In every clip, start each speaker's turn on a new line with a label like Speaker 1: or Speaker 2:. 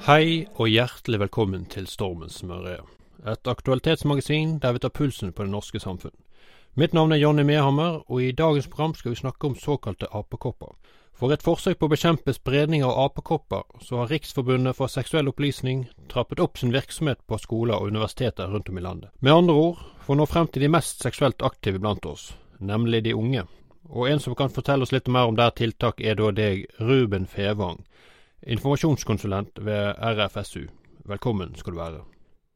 Speaker 1: Hei og hjertelig velkommen til Stormens smørje. Et aktualitetsmagasin der vi tar pulsen på det norske samfunn. Mitt navn er Jonny Mehammer, og i dagens program skal vi snakke om såkalte apekopper. For et forsøk på å bekjempe spredning av apekopper, så har Riksforbundet for seksuell opplysning trappet opp sin virksomhet på skoler og universiteter rundt om i landet. Med andre ord, for å nå frem til de mest seksuelt aktive blant oss, nemlig de unge. Og en som kan fortelle oss litt mer om det her tiltak, er da deg, Ruben Fevang informasjonskonsulent ved RFSU. Velkommen skal du være.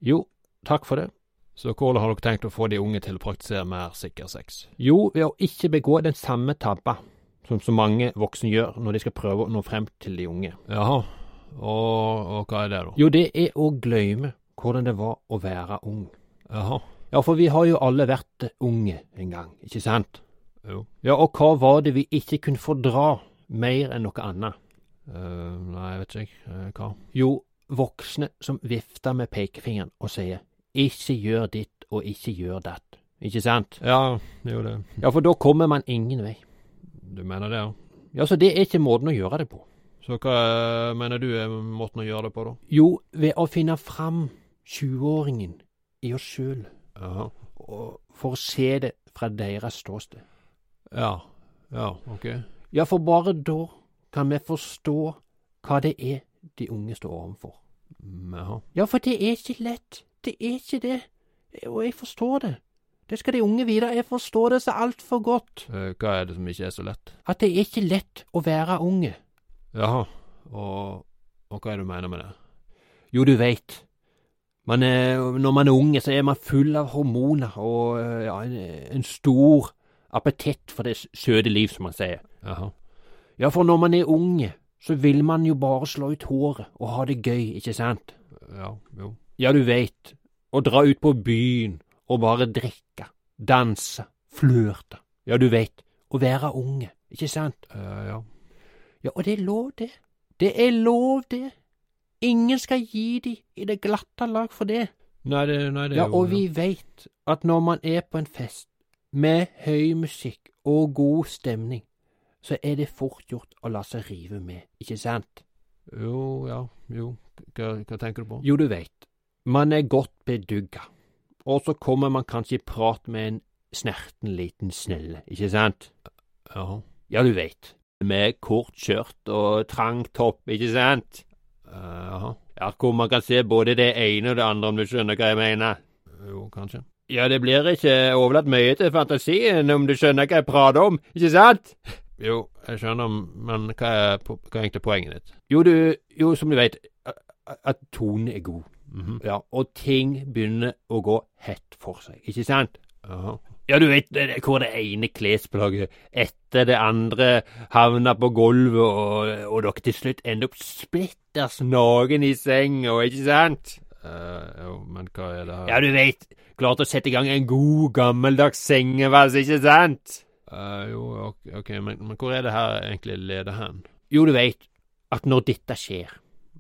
Speaker 2: Jo, takk for det.
Speaker 1: Så hvordan har dere tenkt å få de unge til å praktisere mer sikker sex?
Speaker 2: Jo, ved å ikke begå den samme tabba som så mange voksne gjør når de skal prøve å nå frem til de unge.
Speaker 1: Jaha, og, og hva er det da?
Speaker 2: Jo, det er å glemme hvordan det var å være ung.
Speaker 1: Jaha,
Speaker 2: Ja, for vi har jo alle vært unge en gang, ikke sant?
Speaker 1: jo.
Speaker 2: Ja, og hva var det vi ikke kunne fordra mer enn noe annet?
Speaker 1: Eh, nei, jeg vet ikke. eh, hva?
Speaker 2: Jo, voksne som vifter med pekefingeren og sier ikke gjør ditt og ikke gjør datt. Ikke sant?
Speaker 1: Ja, jo det.
Speaker 2: Ja, for da kommer man ingen vei.
Speaker 1: Du mener det, ja.
Speaker 2: Ja, så det er ikke måten å gjøre det på.
Speaker 1: Så hva eh, mener du er måten å gjøre det på, da?
Speaker 2: Jo, ved å finne fram 20-åringen i oss sjøl,
Speaker 1: Jaha.
Speaker 2: for å se det fra deres ståsted.
Speaker 1: Ja. Ja, ok.
Speaker 2: Ja, for bare da kan vi forstå hva det er de unge står overfor.
Speaker 1: Mm, Jaha.
Speaker 2: Ja, for det er ikke lett. Det er ikke det. Og jeg forstår det. Det skal de unge vite. Jeg forstår det så altfor godt.
Speaker 1: Eh, hva er det som ikke er så lett?
Speaker 2: At det er ikke lett å være unge.
Speaker 1: Jaha, og, og hva er det du mener med det?
Speaker 2: Jo, du veit. Man er, når man er unge, så er man full av hormoner og eh, ja, en, en stor appetitt for det s- søte liv, som man sier.
Speaker 1: Jaha.
Speaker 2: Ja, for når man er unge, så vil man jo bare slå ut håret og ha det gøy, ikke sant?
Speaker 1: Ja, jo.
Speaker 2: Ja, du veit. Å dra ut på byen og bare drikke, danse, flørte. Ja, du veit. Å være unge, ikke sant?
Speaker 1: Eh, ja.
Speaker 2: Ja, og det er lov, det. Det er lov, det. Ingen skal gi de i det glatte lag for det.
Speaker 1: Nei, det, nei, det er
Speaker 2: Ja,
Speaker 1: jo
Speaker 2: og vi veit at når man er på en fest med høy musikk og god stemning, så er det fort gjort å la seg rive med, ikke sant?
Speaker 1: Jo, ja, jo. Hva, hva tenker du på?
Speaker 2: Jo, du veit, man er godt bedugga, og så kommer man kanskje i prat med en snerten liten snille, ikke sant?
Speaker 1: Jaha.
Speaker 2: Ja, du veit, med kort skjørt og trang topp, ikke sant?
Speaker 1: Eh, jaha.
Speaker 2: Ja, hvor man kan se både det ene og det andre, om du skjønner hva jeg mener.
Speaker 1: Jo, kanskje.
Speaker 2: Ja, det blir ikke overlatt mye til fantasien, om du skjønner hva jeg prater om, ikke sant?
Speaker 1: Jo, jeg skjønner, men hva er, po- hva er egentlig poenget ditt?
Speaker 2: Jo, du, jo som du vet, at- at tonen er god,
Speaker 1: Mhm.
Speaker 2: ja, og ting begynner å gå hett for seg, ikke sant?
Speaker 1: Jaha.
Speaker 2: Ja, du vet det- det- hvor det ene klesplagget etter det andre havner på gulvet, og, og dere til slutt ender opp splitters naken i senga, ikke sant?
Speaker 1: Eh, jo, men hva er det her?
Speaker 2: Ja, du vet, klart å sette i gang en god gammeldags sengevask, ikke sant?
Speaker 1: Eh, jo, ok, ok, men, men hvor er det her egentlig leder hen?
Speaker 2: Jo, du vet at når dette skjer,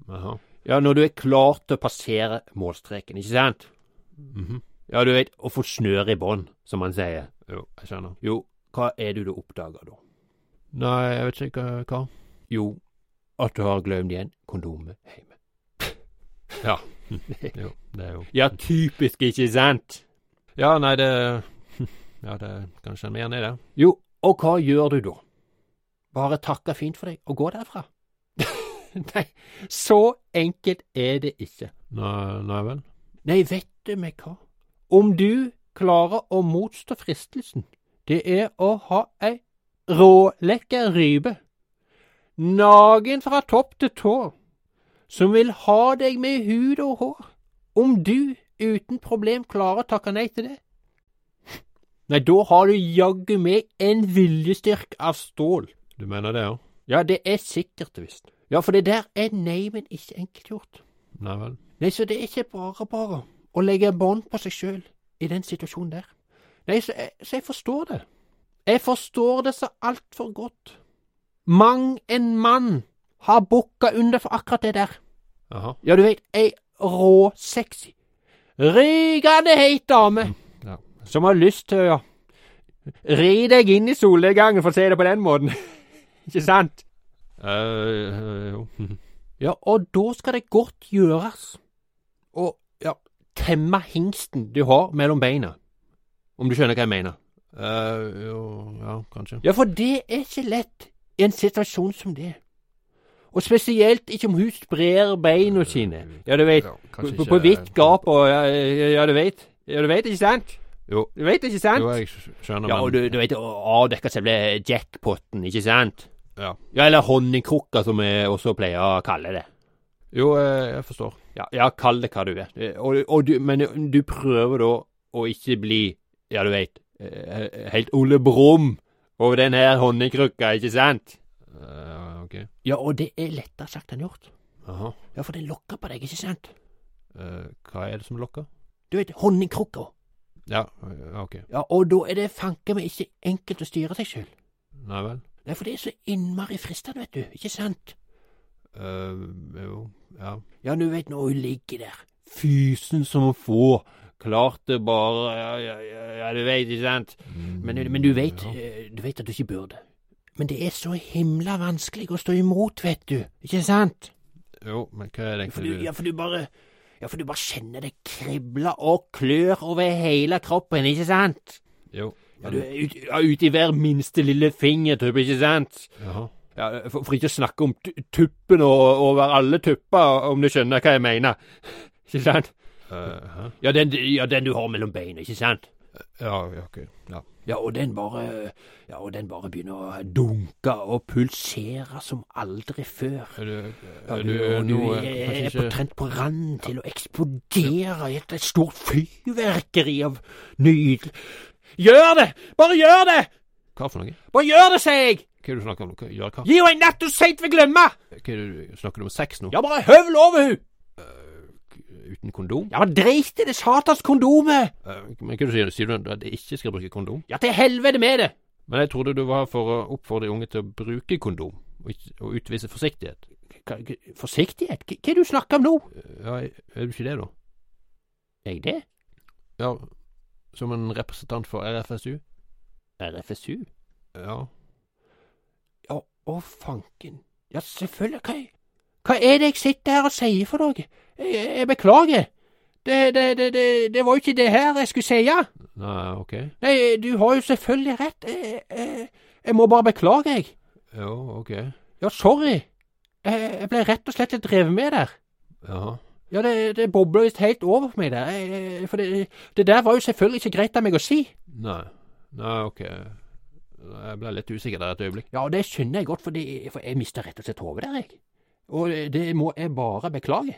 Speaker 1: Jaha.
Speaker 2: ja, når du er klar til å passere målstreken, ikke sant?
Speaker 1: Mhm.
Speaker 2: Ja, du vet, å få snøre i bånd, som man sier.
Speaker 1: Jo, jeg skjønner.
Speaker 2: Jo, hva er det du oppdager da?
Speaker 1: Nei, jeg vet ikke hva- hva.
Speaker 2: Jo, at du har glemt igjen kondomet hjemme.
Speaker 1: Jo, det er jo
Speaker 2: Ja, typisk, ikke sant?
Speaker 1: Ja, nei, det Ja, det kan jeg kjenne meg igjen i det.
Speaker 2: Jo, og hva gjør du da? Bare takke fint for deg og gå derfra. Nei, så enkelt er det ikke.
Speaker 1: Nei, nei vel.
Speaker 2: Nei, vet du meg hva? Om du klarer å motstå fristelsen, det er å ha ei rålekker rype, nagen fra topp til tå, som vil ha deg med hud og hår. Om du uten problem klarer å takke nei til det, nei, da har du jaggu meg en viljestyrke av stål.
Speaker 1: Du mener det, ja?
Speaker 2: Ja, det er sikkert visst. Ja, for det der er nei, men ikke enkeltgjort.
Speaker 1: Nei vel.
Speaker 2: Nei, så det er ikke bare bare å legge bånd på seg sjøl i den situasjonen der. Nei, så jeg, så jeg forstår det. Jeg forstår det så altfor godt. Mang en mann har bukka under for akkurat det der.
Speaker 1: Jaha.
Speaker 2: Ja, du veit, ei råsexy, rykende heit dame
Speaker 1: Ja.
Speaker 2: som har lyst til å ri deg inn i solnedgangen, for å si det på den måten. ikke sant?
Speaker 1: Eh, eh, jo.
Speaker 2: Ja, og da skal det godt gjøres å ja, temme hingsten du har mellom beina.
Speaker 1: Om du skjønner hva jeg mener? eh, jo, ja, kanskje.
Speaker 2: Ja, for det er ikke lett i en situasjon som det. Og spesielt ikke om hun sprer beina sine. Ja, du veit.
Speaker 1: Eh, Ja,
Speaker 2: På,
Speaker 1: kanskje
Speaker 2: på-
Speaker 1: ikke- eh.
Speaker 2: på vidt gap og ja, ja, ja, du veit. Ja, du veit, ikke sant?
Speaker 1: Jo.
Speaker 2: Du veit, ikke sant?
Speaker 1: Jo, jeg skjønner,
Speaker 2: Ja, og
Speaker 1: men
Speaker 2: du, du vet å avdekke selve jackpoten, ikke sant?
Speaker 1: Ja.
Speaker 2: ja eller honningkrukka, som vi også pleier å kalle det.
Speaker 1: Jo, eh, jeg forstår.
Speaker 2: Ja, ja kall det hva du er. Eh, Og, og du, men du prøver da å ikke bli, ja du veit, eh, helt Ole Brumm over den her honningkrukka, ikke sant?
Speaker 1: Eh, ok.
Speaker 2: Ja, og det er lettere sagt enn gjort.
Speaker 1: Aha.
Speaker 2: Ja, for den lokker på deg, ikke sant?
Speaker 1: Eh, hva er det som lokker?
Speaker 2: Du vet, honningkrukka.
Speaker 1: Ja, eh, ok.
Speaker 2: Ja, og da er det fanken meg ikke enkelt å styre seg sjøl.
Speaker 1: Nei vel.
Speaker 2: Nei, for det er så innmari fristende, vet du, ikke sant?
Speaker 1: Eh, jo, ja.
Speaker 2: Ja, du vet når hun ligger der, fysen som hun får, klart det bare, ja, ja, ja, ja du vet, ikke sant? Men, men du vet,
Speaker 1: Mm, Ja.
Speaker 2: eh, du vet at du ikke burde. Men det er så himla vanskelig å stå imot, vet du. Ikke sant?
Speaker 1: Jo, men hva er det
Speaker 2: For du,
Speaker 1: egentlig du
Speaker 2: ja, for du bare Ja, for du bare kjenner det kribler og klør over hele kroppen, ikke sant?
Speaker 1: Jo.
Speaker 2: Ja, du er ut, ja, ut i hver minste lille finger, typ, ikke sant?
Speaker 1: Jaha.
Speaker 2: Ja, for, for ikke å snakke om tu- tuppen og over alle tupper, om du skjønner hva jeg mener. Ikke sant?
Speaker 1: Eh, hæ?
Speaker 2: Ja, den, ja, den du har mellom beina, ikke sant?
Speaker 1: Ja, ja, ok. Ja.
Speaker 2: Ja, og den bare Ja, og den bare begynner å dunke og pulsere som aldri før.
Speaker 1: Er du,
Speaker 2: Ja,
Speaker 1: er
Speaker 2: du,
Speaker 1: du,
Speaker 2: og du
Speaker 1: nå
Speaker 2: er,
Speaker 1: eh, kanskje
Speaker 2: er på
Speaker 1: ikke
Speaker 2: trent på randen til å eksplodere i et stort fyrverkeri av nydel... Gjør det! Bare gjør det!
Speaker 1: Hva for noe?
Speaker 2: Bare gjør det, sier jeg!
Speaker 1: Hva er det du snakker om? Hva, gjør hva?
Speaker 2: Gi henne en natt du seint vil glemme!
Speaker 1: Hva er det du snakker du om sex nå?
Speaker 2: Ja, bare høvl over hun!
Speaker 1: Uten kondom?
Speaker 2: Ja, men drit i det satans kondomet!
Speaker 1: Eh, men hva er det du sier? sier du at jeg ikke skal bruke kondom?
Speaker 2: Ja, til helvete med det!
Speaker 1: Men jeg trodde du var her for å oppfordre de unge til å bruke kondom, og, ikke- og utvise forsiktighet. Eh,
Speaker 2: Hva- hva- Forsiktighet? Hva hva er det du snakker om nå?
Speaker 1: Ja, er du ikke det, da?
Speaker 2: Er jeg det?
Speaker 1: Ja, som en representant for RFSU?
Speaker 2: RFSU?
Speaker 1: Ja.
Speaker 2: Ja, å fanken. Ja, selvfølgelig. Hva, hva er det jeg sitter her og sier for noe? Jeg, jeg beklager. Det, det, det, det, det var jo ikke det her jeg skulle si.
Speaker 1: Nei, ok.
Speaker 2: Nei, du har jo selvfølgelig rett. Jeg, jeg, jeg må bare beklage, jeg.
Speaker 1: Jo, ok.
Speaker 2: Ja, sorry. Jeg, jeg ble rett og slett litt drevet med der.
Speaker 1: Jaha.
Speaker 2: Ja, det, det bobler visst helt over for meg der. Jeg- Jeg, for det, det der var jo selvfølgelig ikke greit av meg å si.
Speaker 1: Nei. Nei, ok. Jeg ble litt usikker der et øyeblikk.
Speaker 2: Ja, og det skjønner jeg godt, fordi, for jeg mista rett og slett hodet der, jeg. Og det må jeg bare beklage.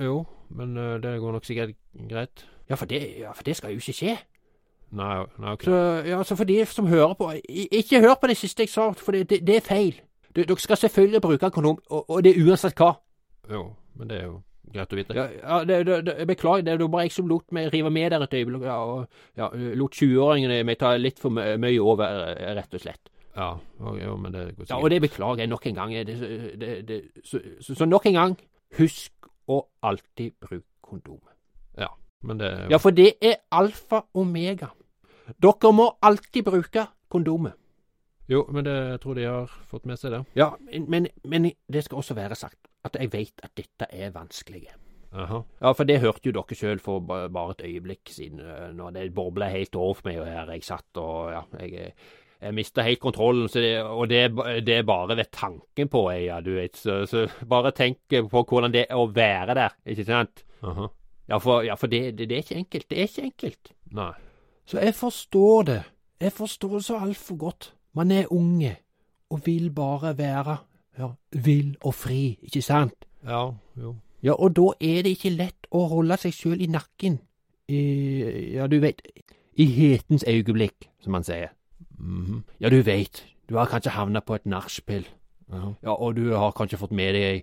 Speaker 1: Jo, men eh, det går nok sikkert greit.
Speaker 2: Ja, for det, ja, for det skal jo ikke skje.
Speaker 1: Nei, nei ok.
Speaker 2: Så, ja, så for de som hører på, i- ikke hør på det siste jeg sa, for det, det, det er feil. Du, dere skal selvfølgelig bruke kondom, og, og det er uansett hva.
Speaker 1: Jo, men det er jo greit å vite.
Speaker 2: Ja, ja, det, det, det, jeg beklager, det var bare jeg som lot meg rive med der et øyeblikk, ja, og ja, lot 20-åringene meg ta litt for mø- mye over, eh, rett og slett.
Speaker 1: Ja, og- jo, men det går sikkert.
Speaker 2: Ja, og det beklager jeg nok en gang. Det, det, det, så, så, så nok en gang, husk å alltid bruke kondom.
Speaker 1: men det er jo-
Speaker 2: Ja, for det er alfa omega. Dere må alltid bruke kondomet.
Speaker 1: Jo, men det jeg tror de har fått med seg det.
Speaker 2: Ja, men, men det skal også være sagt at jeg vet at dette er vanskelig.
Speaker 1: Aha.
Speaker 2: Ja, for det hørte jo dere sjøl for ba- bare et øyeblikk siden, eh, når det bobla helt over for meg og her jeg satt og ja, jeg, eh, jeg mista helt kontrollen, så det, og det, er ba- det er bare ved tanken på det, ja, du vet, så, så bare tenk på hvordan det er å være der, ikke sant?
Speaker 1: Aha.
Speaker 2: Ja, for, ja, for det, det, det er ikke enkelt, det er ikke enkelt.
Speaker 1: Nei.
Speaker 2: Så jeg forstår det. Jeg forstår det så altfor godt. Man er unge og vil bare være ja, vill og fri, ikke sant?
Speaker 1: Ja, jo.
Speaker 2: Ja, og da er det ikke lett å holde seg sjøl i nakken. I, ja, du veit, i hetens øyeblikk, som man sier.
Speaker 1: Mhm.
Speaker 2: Ja, du veit, du har kanskje havna på et nachspiel,
Speaker 1: Jaha.
Speaker 2: ja, og du har kanskje fått med deg ei,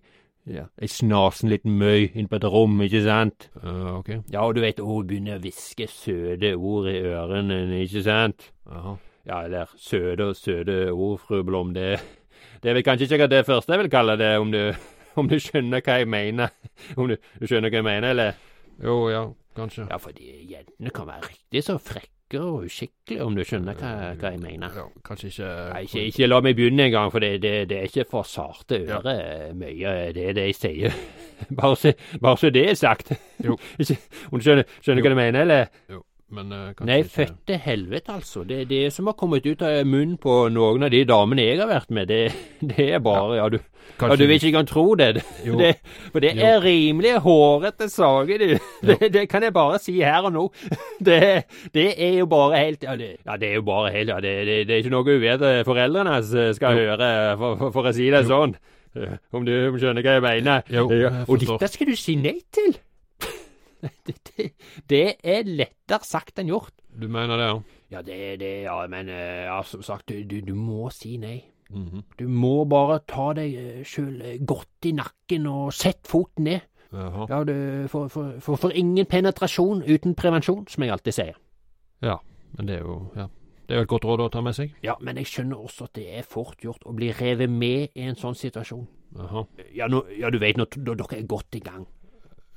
Speaker 2: ja, ei snasen liten møy inn på et rom, ikke sant?
Speaker 1: Eh, ok.
Speaker 2: Ja, og du veit, hun begynner å hviske søte ord i ørene, ikke sant?
Speaker 1: Jaha.
Speaker 2: Ja, eller søte og søte ord, fru Blom. Det, det er vel kanskje ikke akkurat det første jeg vil kalle det, om du, om du skjønner hva jeg mener. Om du, du skjønner hva jeg mener, eller?
Speaker 1: Jo, ja, kanskje.
Speaker 2: Ja, fordi jentene kan være riktig så frekke vakker og uskikkelig, om du skjønner hva, hva jeg mener.
Speaker 1: Mm. Ja, kanskje ikke
Speaker 2: Nei, ikke, ikke la meg begynne engang, for det, det, det er ikke for sarte øre mye, det er det jeg sier. Bare så, bare så det er sagt.
Speaker 1: Jo.
Speaker 2: Ikke, om du skjønner, skjønner hva du mener, eller?
Speaker 1: Men eh, kanskje
Speaker 2: Nei,
Speaker 1: ikke
Speaker 2: fødte helvete, altså. Det, det som har kommet ut av munnen på noen av de damene jeg har vært med, det, det er bare Ja, du, ja,
Speaker 1: kanskje
Speaker 2: du vil ikke engang tro det. det.
Speaker 1: Jo,
Speaker 2: Det, for det
Speaker 1: Jo.
Speaker 2: er rimelig hårete saker, du. Det, det kan jeg bare si her og nå. Det, det er jo bare helt Ja, det, ja, det er jo bare helt ja, det, det, det er ikke noe uvete foreldrene hans skal høre, for, for, for å si det
Speaker 1: Jo.
Speaker 2: sånn. Eh, Om du skjønner hva jeg mener. Eh,
Speaker 1: Jo,
Speaker 2: Ja,
Speaker 1: jeg
Speaker 2: og
Speaker 1: forstår.
Speaker 2: dette skal du si nei til. det, det, det er lettere sagt enn gjort.
Speaker 1: Du mener det, ja?
Speaker 2: Ja, det, det Ja, men eh, ja, som sagt, du, du, du må si nei.
Speaker 1: Mhm.
Speaker 2: Du må bare ta deg sjøl godt i nakken og sett foten ned.
Speaker 1: Jaha.
Speaker 2: Ja, du får for, for, for ingen penetrasjon uten prevensjon, som jeg alltid sier.
Speaker 1: Men det er jo ja. Det er jo et godt råd å ta med seg.
Speaker 2: Ja, men jeg skjønner også at det er fort gjort å bli revet med i en sånn situasjon.
Speaker 1: Jaha.
Speaker 2: Ja, nå, ja du vet, når t- når dere er godt i gang.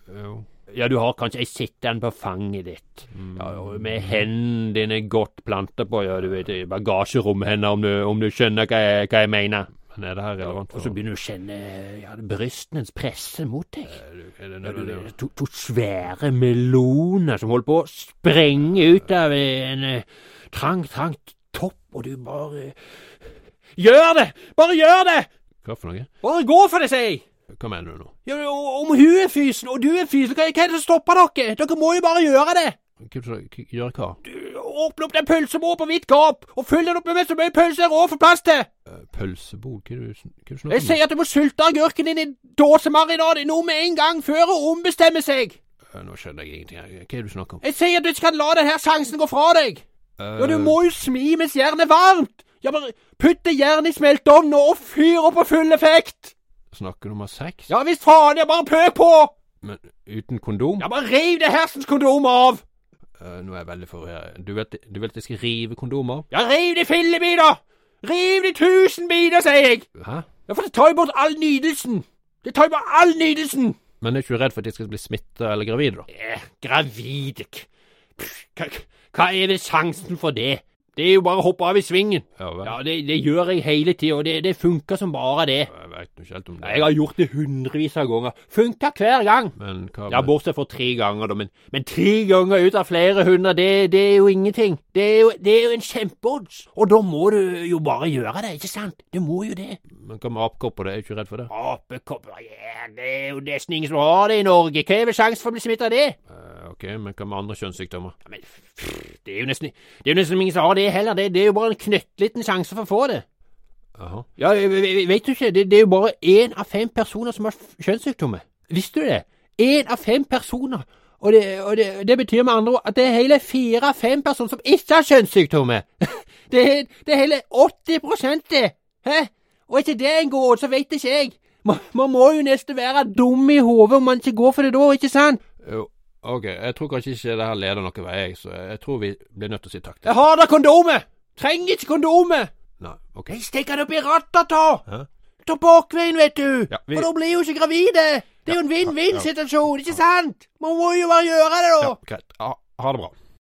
Speaker 1: Jo.
Speaker 2: Ja, du har kanskje ei sittende på fanget ditt.
Speaker 1: Mm.
Speaker 2: Ja, og med hendene dine godt planta på, ja, du vet, i bagasjeromhendene, om, du- om du skjønner hva jeg, hva jeg mener.
Speaker 1: Men er det her relevant?
Speaker 2: Og så begynner du å kjenne ja, brystens presse mot deg.
Speaker 1: Er det- er det
Speaker 2: Ja, du,
Speaker 1: nødvendig?
Speaker 2: det er to, to svære meloner som holder på å sprenge ut av en eh, trang, trang topp, og du bare eh, Gjør det! Bare gjør det!
Speaker 1: Hva for noe?
Speaker 2: Bare gå for det, sier jeg!
Speaker 1: Hva mener du nå?
Speaker 2: Ja, og- Om hun er fysen, og du er fysen, hva hva er det som stopper dere? Dere må jo bare gjøre det!
Speaker 1: Hva tror du- Gjør hva?
Speaker 2: Du, Åpne opp den pølseboa på vidt gap, og fyll den opp med så mye pølse dere får plass til!
Speaker 1: Eh, Pølsebod? Hva er det du sn- hva er det du
Speaker 2: Jeg
Speaker 1: snakker om?
Speaker 2: sier at du må sulte agurken din i dåsemarinade nå med en gang, før hun ombestemmer seg!
Speaker 1: Eh, Nå skjønner jeg ingenting. her. Hva er det du snakker om?
Speaker 2: Jeg sier at du ikke kan la denne sjansen gå fra deg! Ja, du
Speaker 1: Eh,
Speaker 2: må jo smi mens jernet er varmt! Ja, bare putt det jernet i smelteovnen og fyr opp på full effekt!
Speaker 1: Snakker du om å ha sex?
Speaker 2: Ja visst faen, ja, bare pøk på!
Speaker 1: Men uten kondom?
Speaker 2: Ja, bare riv det hersens kondom av!
Speaker 1: Eh, nå er jeg veldig forvirret. Du, vet- du vil at jeg skal rive kondomer?
Speaker 2: Ja, riv det i fillebiter! Riv det i tusen biter, sier jeg!
Speaker 1: Hæ?
Speaker 2: Ja, for det tar jo bort all nydelsen! Det tar jo bort all nydelsen!
Speaker 1: Men er ikke du redd for at jeg skal bli smittet eller gravid, da?
Speaker 2: Eh, gravid Pff, hva, hva er vel sjansen for det? Det er jo bare å hoppe av i svingen.
Speaker 1: Ja vel.
Speaker 2: Ja, det, det gjør jeg hele tida, og det, det funker som bare det.
Speaker 1: Jeg veit ikke helt om det.
Speaker 2: Nei, Jeg har gjort det hundrevis av ganger. Funka hver gang.
Speaker 1: Men hva
Speaker 2: Ja, bortsett fra tre ganger, da. Men, men tre ganger ut av flere hundre, det, det er jo ingenting. Det er jo, det er jo en kjempeodds. Og da må du jo bare gjøre det, ikke sant? Du må jo det.
Speaker 1: Men hva med apekopper? Jeg er ikke redd for det.
Speaker 2: Apekopper, ja, det er jo nesten ingen som har det i Norge. Hva er vel sjansen for å bli smitta av det?
Speaker 1: Eh, ok, men hva med andre kjønnssykdommer?
Speaker 2: Ja, men pff, det er jo nesten, det er jo nesten ingen som har det heller. Det, det er jo bare en knøttliten sjanse for å få det.
Speaker 1: Jaha.
Speaker 2: Ja, jeg- jeg- jeg vet du ikke, det, det er jo bare én av fem personer som har f- kjønnssykdommer. Visste du det? Én av fem personer. Og, det, og det, det betyr med andre ord at det er hele fire av fem personer som ikke har kjønnssykdommer. Det er, det er hele 80 det. Hæ? Og er ikke det en god odds, så vet ikke jeg. Man, man må jo nesten være dum i hodet om man ikke går for det da, ikke sant?
Speaker 1: Jo, ok, jeg tror kanskje ikke det her leder noen vei, jeg, så jeg tror vi blir nødt til å si takk til
Speaker 2: Jeg har da kondomet! Trenger ikke kondomet!
Speaker 1: Nei, ok.
Speaker 2: Jeg stikker det opp i rattet, da!
Speaker 1: Hæ?
Speaker 2: Ta bakveien, vet du!
Speaker 1: Ja, vi-
Speaker 2: Og da blir jo ikke gravide! Det er jo en
Speaker 1: Ja, ja, ja.
Speaker 2: vinn-vinn-situasjon, ikke sant? Man må jo bare gjøre det, da!
Speaker 1: Ja, greit. Ha, ha det bra.